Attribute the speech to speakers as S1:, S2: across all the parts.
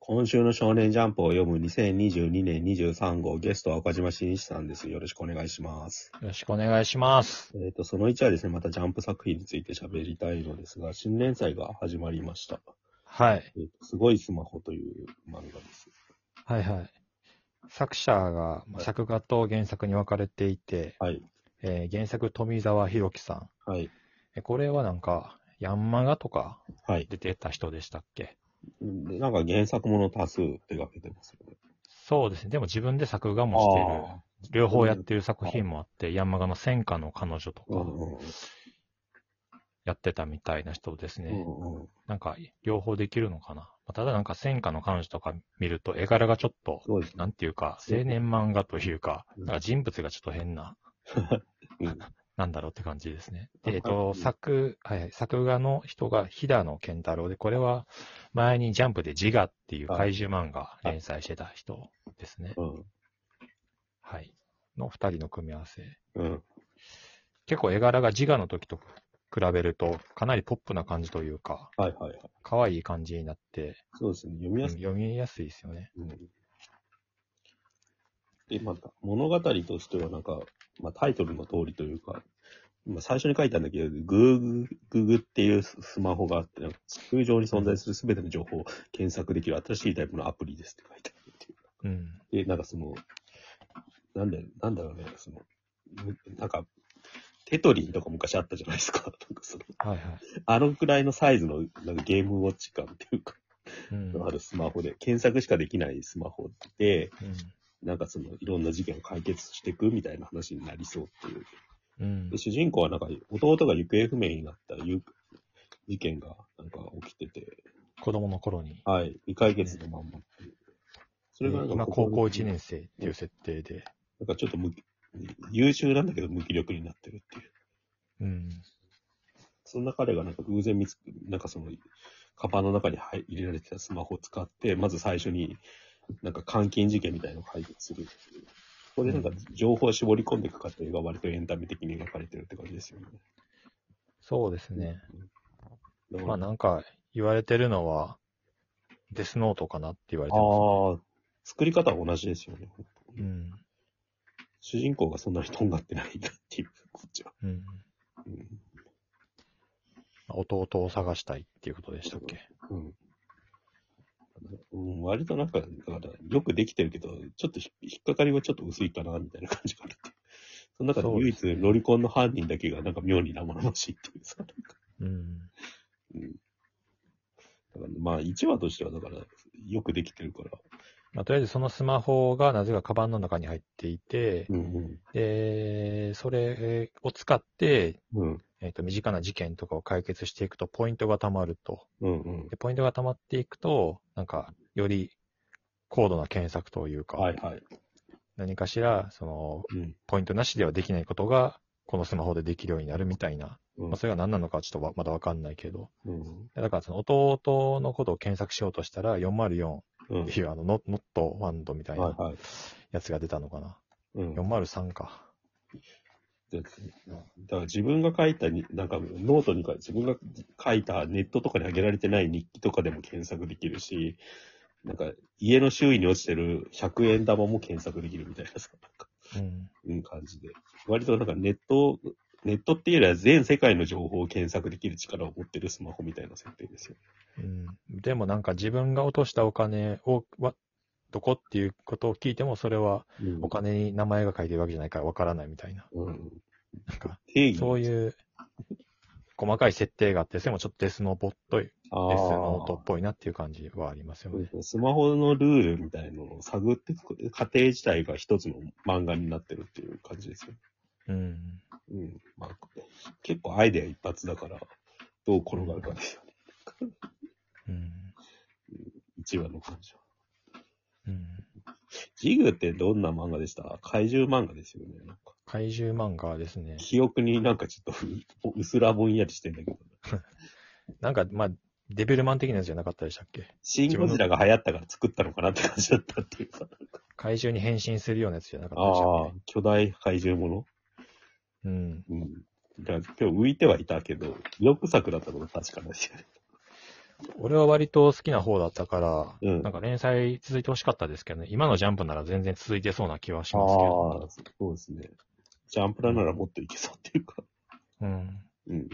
S1: 今週の少年ジャンプを読む2022年23号ゲストは岡島真一さんです。よろしくお願いします。
S2: よろしくお願いします。
S1: えっ、と、その1はですね、またジャンプ作品について喋りたいのですが、新連載が始まりました。
S2: はい。
S1: えーとすごいスマホという漫画です。
S2: はいはい。作者が、まあ作画と原作に分かれていて、
S1: はい。
S2: えー原作富澤弘樹さん。
S1: はい。
S2: えこれはなんか、ヤンマガとか
S1: はい。
S2: で出た人でしたっけ
S1: でなんか原作もの多数手掛けてますよね。
S2: そうですね。でも自分で作画も
S1: あ
S2: してる。両方やってる作品もあって、ヤンマガの戦火の彼女と
S1: ー。うん
S2: かやってたみたいな人ですね。
S1: うんうん。
S2: なんか、両方できるのかな。まあただなんか戦火の彼女とか見ると絵柄がちょっと
S1: そうですね
S2: な。んていうか、青年漫画というか、
S1: うん
S2: なんか人物がちょっと変な、
S1: うん
S2: なん だろうって感じですね。
S1: わか
S2: で
S1: る
S2: えっ、と、作、はいはい、作画の人が飛騨の健太郎で、これは前にジャンプで自我っていう怪獣漫画連載してた人ですね。
S1: うん。
S2: はい。の二人の組み合わせ。
S1: うん。
S2: 結構絵柄が自我の時と比べると、かなりポップな感じというか、
S1: はいはいはい。
S2: 可愛い感じになって、
S1: そうですね。読み
S2: うん
S1: やす
S2: 読みやすいですよね。
S1: うんで、また、物語としてはなんか、まあ、タイトルの通りというか、まあ、最初に書いたんだけど、Google Google っていうススマホがあって、なんか地球上に存在する全ての情報を検索できる新しいタイプのアプリですって書いてあるってい
S2: うん。
S1: う。で、なんかその、なんで、なんだろうね、その、むなんか、テトリンとか昔あったじゃないですか。なんかその、
S2: はいはい。
S1: あのくらいのサイズの、なんかゲームウォッチ感っていうか、
S2: うん。
S1: あるスマホで、検索しかできないスマホで、
S2: うん
S1: なんかそのいろんな事件を解決していくみたいな話になりそうっていう。
S2: うん
S1: で、主人公はなんか弟が行方不明になったゆ事件がなんか起きてて、
S2: 子供の頃に。
S1: はい、未解決のまんまっていう。それがなんか
S2: 今
S1: ここ
S2: 高校1年生っていう設定で、
S1: なんかちょっと無気優秀なんだけど無気力になってるっていう。
S2: うん、
S1: そんな彼がなんか偶然見つけ、なんかその、カバンの中に入入れられてたスマホを使って、まず最初に、なんか監禁事件みたいなのを解決するっていう。これなんか情報を絞り込んでいく過程が割とエンタメ的に描かれてるって感じですよね。
S2: そうですね。
S1: だから
S2: まあなんか言われてるのは、デスノートかなって言われてます。
S1: ああ、作り方は同じですよね。
S2: うん
S1: 主人公がそんなにとんがってないんだっていう、こっちは。
S2: うん、
S1: うん。
S2: 弟を探したいっていうことでしたっけ。
S1: うんうん、割となんか、だから、よくできてるけど、ちょっとひ引っかかりはちょっと薄いかな、みたいな感じがあるっていう。その中で
S2: そう
S1: 唯
S2: ですね
S1: 一、ロリコンの犯人だけが、なんか妙に生々しいっていうさ、なんか
S2: うん、
S1: だからまあ、1話としては、だから、よくできてるから。
S2: まあ、とりあえずそのスマホがなぜかカバンの中に入っていて、
S1: うん
S2: でそれを使って、
S1: うん。うん。
S2: えっと身近な事件とかを解決していくとポイントが貯まると。
S1: うんうん。
S2: でポイントが貯まっていくと、なんかより高度な検索というか、
S1: はいはい。
S2: 何かしら、その、
S1: うん。
S2: ポイントなしではできないことが、このスマホでできるようになるみたいな。
S1: うん
S2: まあ、それが何なのかはちょっとわまだわかんないけど。
S1: うん。
S2: だから、その弟のことを検索しようとしたら、404っ
S1: うん。
S2: ていう、あの、ノノットファンドみたい
S1: はい
S2: な
S1: はい。
S2: やつが出たのかな。
S1: うん。
S2: 403か。
S1: だから自分が書いたに、なんかノートにか、自分が書いたネットとかに上げられてない日記とかでも検索できるし、なんか家の周囲に落ちてる100円玉も検索できるみたいなさ、なんか、
S2: うん。
S1: うん、感じで。割となんかネット、ネットっていうよりは全世界の情報を検索できる力を持ってるスマホみたいな設定ですよ。
S2: うん。でもなんか自分が落としたお金を、わどこっていうことを聞いても、それは
S1: うん
S2: お金に名前が書いてるわけじゃないからわからないみたいな。
S1: うん。
S2: なんか、
S1: 定義。
S2: そ
S1: う、
S2: ういう細かい設定があって、それもちょっとデスノボっぽい
S1: あ
S2: デスノート
S1: ー
S2: っぽいなっていう感じはありますよ
S1: そうで
S2: ね
S1: す。ねスマホのルールみたいのを探っていく過程自体が一つの漫画になってるっていう感じですよね
S2: うん。
S1: うん。まあ、結構アイデア一発だから、どう転がるかですよね。
S2: うん。
S1: 一話の感じは。
S2: うん。
S1: ジグってどんな漫画でした怪獣漫画ですよね。なんか
S2: 怪獣漫画ですね。
S1: 記憶になんかちょっとうすらぼんやりしてんだけど。
S2: なんか、まあ、デビルマン的なやつじゃなかったでしたっけ
S1: シン・ゴジラが流行ったから作ったのかなって感じだったっていうか。
S2: 怪獣に変身するようなやつじゃなかったでした
S1: ああ
S2: っ、
S1: 巨大怪獣もの
S2: けうん。
S1: うん。だから今日浮いてはいたけど、記憶作だったことは確かなんですよね。
S2: 俺は割と好きな方だったから、
S1: うん
S2: なんか連載続いてほしかったですけどね、今のジャンプなら全然続いてそうな気はし
S1: あ
S2: ますけど。
S1: あ、そうですね。ジャンプラならもっといけそうっていうか。
S2: うん。
S1: うん。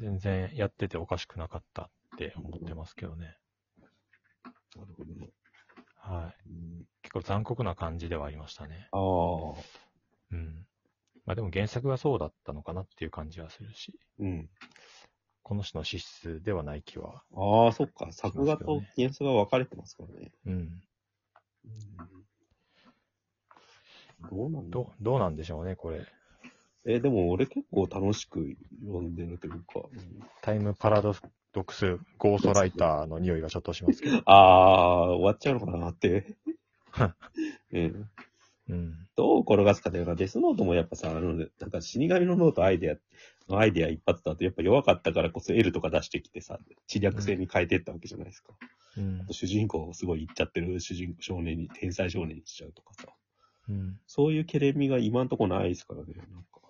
S2: 全然やってておかしくなかったって思ってますけどね。
S1: なるほどね。
S2: はい。
S1: うん、
S2: 結構残酷な感じではありましたね。
S1: ああ、
S2: うん。まあでも原作がそうだったのかなっていう感じはするし、
S1: うん。
S2: この人の資質ではない気は。
S1: ああ、そっか。作画と原作が分かれてますからね。
S2: うん。
S1: うん、どうなんだ
S2: ど、どうなんでしょうね、これ。
S1: え、でも俺結構楽しく読んでるというか。
S2: タイムパラドックス、ゴーストライターの匂いがちょっとしますけど。
S1: ああ、終わっちゃうのかなって。うん、
S2: うん。
S1: どう転がすかというか、デスノートもやっぱさ、あの、なんか死神のノートアイデア、のアイデア一発だとやっぱ弱かったからこそ L とか出してきてさ、知略性に変えてったわけじゃないですか。
S2: うん
S1: あと。主人公をすごい行っちゃってる主人公少年に、天才少年にしちゃうとかさ。
S2: うん。
S1: そういうケレミが今んとこないですからね。なんか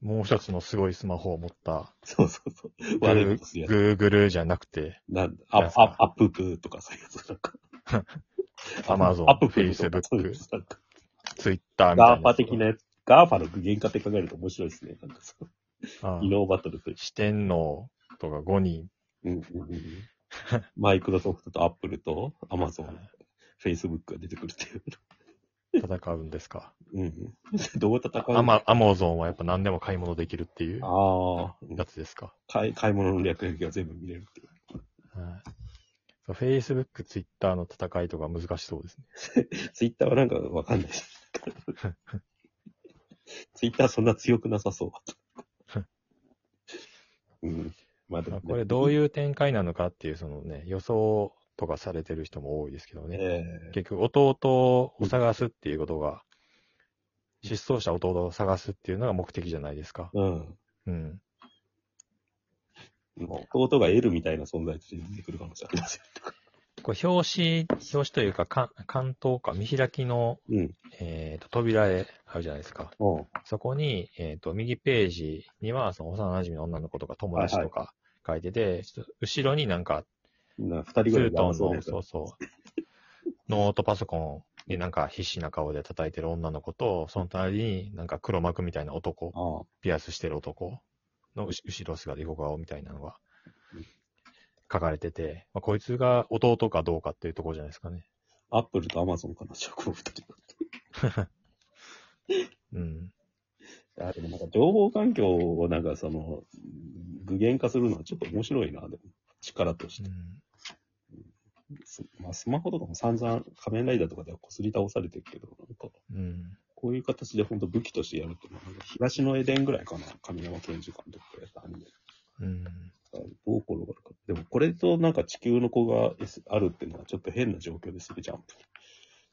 S2: もう一つのすごいスマホを持った、
S1: そうそうそう。
S2: グ
S1: 悪いことする
S2: ー
S1: やつ。
S2: グーグルじゃなくて、
S1: なん
S2: なん
S1: あ
S2: す、か
S1: あ、アッププーとかそういうやつなん か。
S2: Amazon
S1: アッププーとかそういうやつなんか。
S2: ツイッターみたいな
S1: ガ
S2: や
S1: ー
S2: つ。
S1: ファ的なやつ。ガーファの具現化って考えると面白いですね。なんかその、
S2: ああ。
S1: 技能バトルという。
S2: 四天王とか5人。
S1: うんうんうんうん。 マイクロソフトとアップルとアマゾン、フェイスブックが出てくるっていう。
S2: 戦うんですか。
S1: うん うん。どう戦う
S2: アマ、アマゾンはやっぱ何でも買い物できるっていう
S1: ああ、
S2: やつですか。
S1: 買い買い物の略歴が全部見れるっていう。
S2: はい。そう、Facebook、Twitter の戦いとか難しそうですね。
S1: ツイッターはなんかわかんない です。ツイッターそんな強くなさ そう。うん。まあで
S2: ま
S1: も
S2: あ
S1: ね、
S2: これどう
S1: う
S2: いう展開なのかっていう、そのね、予想とかされてる人も多いですけどね。
S1: え
S2: 結局、弟を探すっていうことが、失踪した弟を探すっていうのが目的じゃないですか
S1: え。うん。
S2: うん。
S1: 弟が L みたいな存在として出てくるかもしれません。
S2: これ表紙、表紙というか、か関東か、見開きの、
S1: うん。
S2: えーと、扉へあるじゃないですか。
S1: おう
S2: そこに、えっ、と、右ページには、その幼馴染の女の子とか友達とか書いてて、ちょっと後ろになんか、
S1: な二人
S2: ツ
S1: ぐらい
S2: ー
S1: で
S2: トン
S1: 争う
S2: の、
S1: やつ
S2: そうそう、ノートパソコンでなんか必死な顔で叩いてる女の子と、その隣になんか黒幕みたいな男、
S1: ああ。
S2: ピアスしてる男のうし後ろ姿、横顔みたいなのが書かれてて、まあ、こいつが弟かどうかっていうところじゃないですかね。
S1: アップルとアマゾンかな、じゃあこの二人。
S2: うん。
S1: あでもなんか情報環境をなんかその、具現化するのはちょっと面白いな、でも。力として
S2: う。ん、
S1: すまあ、スマホとかも散々仮面ライダーとかでは擦り倒されてるけど、なんか、
S2: うん。
S1: こういう形で本当武器としてやるっていうのは、なんか東のエデンぐらいかな、神山健二監督がやったアニメ。
S2: うん。
S1: どう転がるか。でもこれとなんか地球の子が、S、あるっていうのはちょっと変な状況ですね、ジャンプ。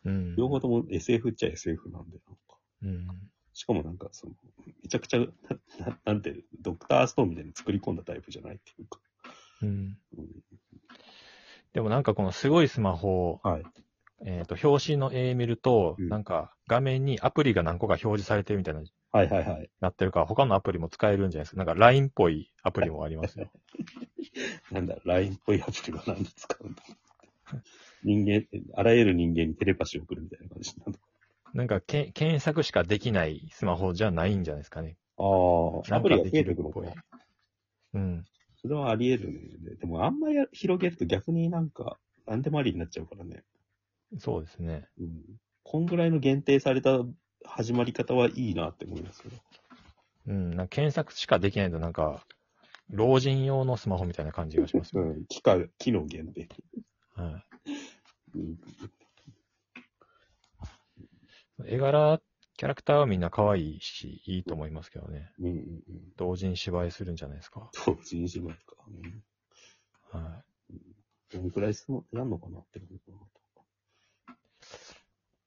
S2: うん。
S1: 両方とも SF っちゃ SF なんで、なんか。
S2: うん。
S1: しかもなんか、その、めちゃくちゃ、な、ななんて、ドクターストーンみたいに作り込んだタイプじゃないっていうか。
S2: うん。
S1: うん
S2: でもなんかこのすごいスマホを
S1: はい。
S2: えっ、と、表紙の絵見ると、
S1: うん
S2: なんか画面にアプリが何個か表示されてるみたいな、
S1: はいはいはい。
S2: なってるから、他のアプリも使えるんじゃないですか。なんか LINE っぽいアプリもありますよ。
S1: なんだ、LINE っぽいアプリは何に使うんだ人間、あらゆる人間にテレパシーを送るみたいな感じなんだ。
S2: なんかけ検索しかできないスマホじゃないんじゃないですかね。
S1: あ
S2: な
S1: ア
S2: ん
S1: プ
S2: か
S1: リが
S2: で
S1: 増
S2: き
S1: え
S2: る
S1: て
S2: っ
S1: くるの
S2: ぽい
S1: か。。
S2: うん。
S1: それはあり得るね。でもあんまり広げると逆になんか、何でもありになっちゃうからね。
S2: そうですね。
S1: うん。こんぐらいの限定された始まり方はいいなって思いますよ。
S2: うん。なんか検索しかできないと、なんか、老人用のスマホみたいな感じがします
S1: う
S2: よ。
S1: ん。機械、機能限定。
S2: は
S1: うん。
S2: い、絵柄、キャラクターはみんな可愛いし、いいと思いますけどね。
S1: うんうんうん。
S2: 同人芝居するんじゃないですか。
S1: そう、人種前か。うん。
S2: は
S1: どのくらいすのやんのかなって思うかな。
S2: い。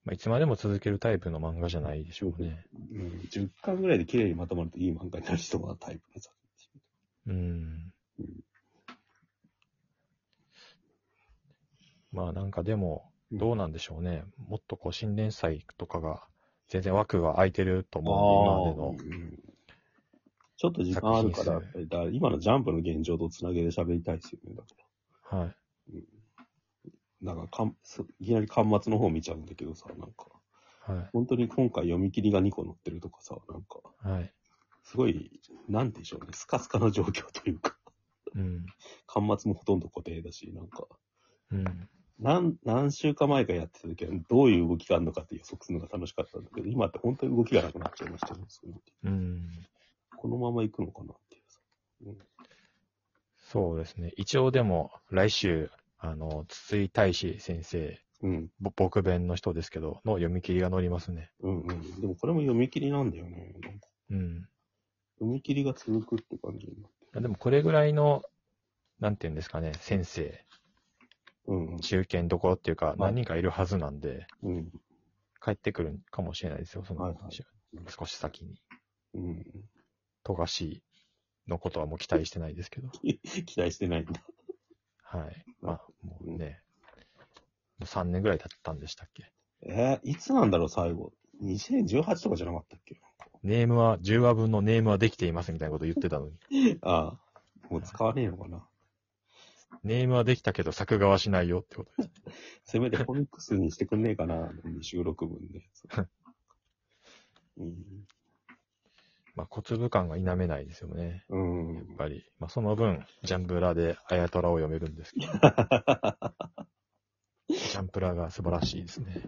S2: まあ、いつまでも続けるタイプの漫画じゃないでしょうね。
S1: うん、10巻ぐらいで綺麗にまとまるといい漫画になりそうなタイプの作
S2: うん
S1: うん
S2: まあなんかでも、
S1: うん
S2: どうなんでしょうね。もっとこう新連載とかが、全然枠が空いてると思うんで、今までの
S1: 品。ちょっと時間あるから、だから今のジャンプの現状とつなげて喋りたいですよね。だか
S2: はい。
S1: らなんかかんそいきなり端末の方見ちゃうんだけどさ、なんか、
S2: は
S1: 本当に今回読み切りが2個載ってるとかさ、なんか、
S2: い。はい。
S1: すごい、なんでしょうね、スカスカな状況というか、
S2: うん。
S1: 端末もほとんど固定だし、なんか、
S2: うん。
S1: なん何週間前かやってた時はどういう動きがあるのかって予測するのが楽しかったんだけど、今って本当に動きがなくなっちゃいましたね。そういうのって
S2: うん。
S1: このまま行くのかなっていうさ。
S2: そうですね。一応でも、来週、あの、筒井大志先生、
S1: うん、
S2: ぼ僕弁の人ですけど、の読み切りが載りますね。
S1: うん、うん。でもこれも読み切りなんだよね。なんか
S2: うん。
S1: 読み切りが続くって感じになってる。
S2: でも、これぐらいの、なんていうんですかね、先生、
S1: うん、
S2: 中堅どころっていうか、何人かいるはずなんで、
S1: うん、うん。
S2: 帰ってくるかもしれないですよ、その話は
S1: はいはい
S2: 少し先に。
S1: うん、
S2: 富樫のことはもう期待してないですけど。
S1: 期待してないんだ。
S2: はい。まあ、もうね、もう3年ぐらい経ったんでしたっけ。
S1: えー、いつなんだろう、最後。2018とかじゃなかったっけ
S2: ネームは、10話分のネームはできていますみたいなこと言ってたのに。
S1: ああ、もう使わねえのかな。
S2: ネームはできたけど作画はしないよってことです。
S1: せめてコミックスにしてくんねえかな、収録分のやつ。うん
S2: まあ、小粒感が否めないですよね。
S1: う
S2: やっ
S1: ん。
S2: ぱり。まあ、その分、ジャンプラであやとらを読めるんです けど。ジャンプラが素晴らしいですね。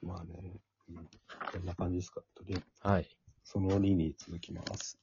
S1: まあね。うんこんな感じですか。とりあえず、
S2: はい。
S1: その2に続きます。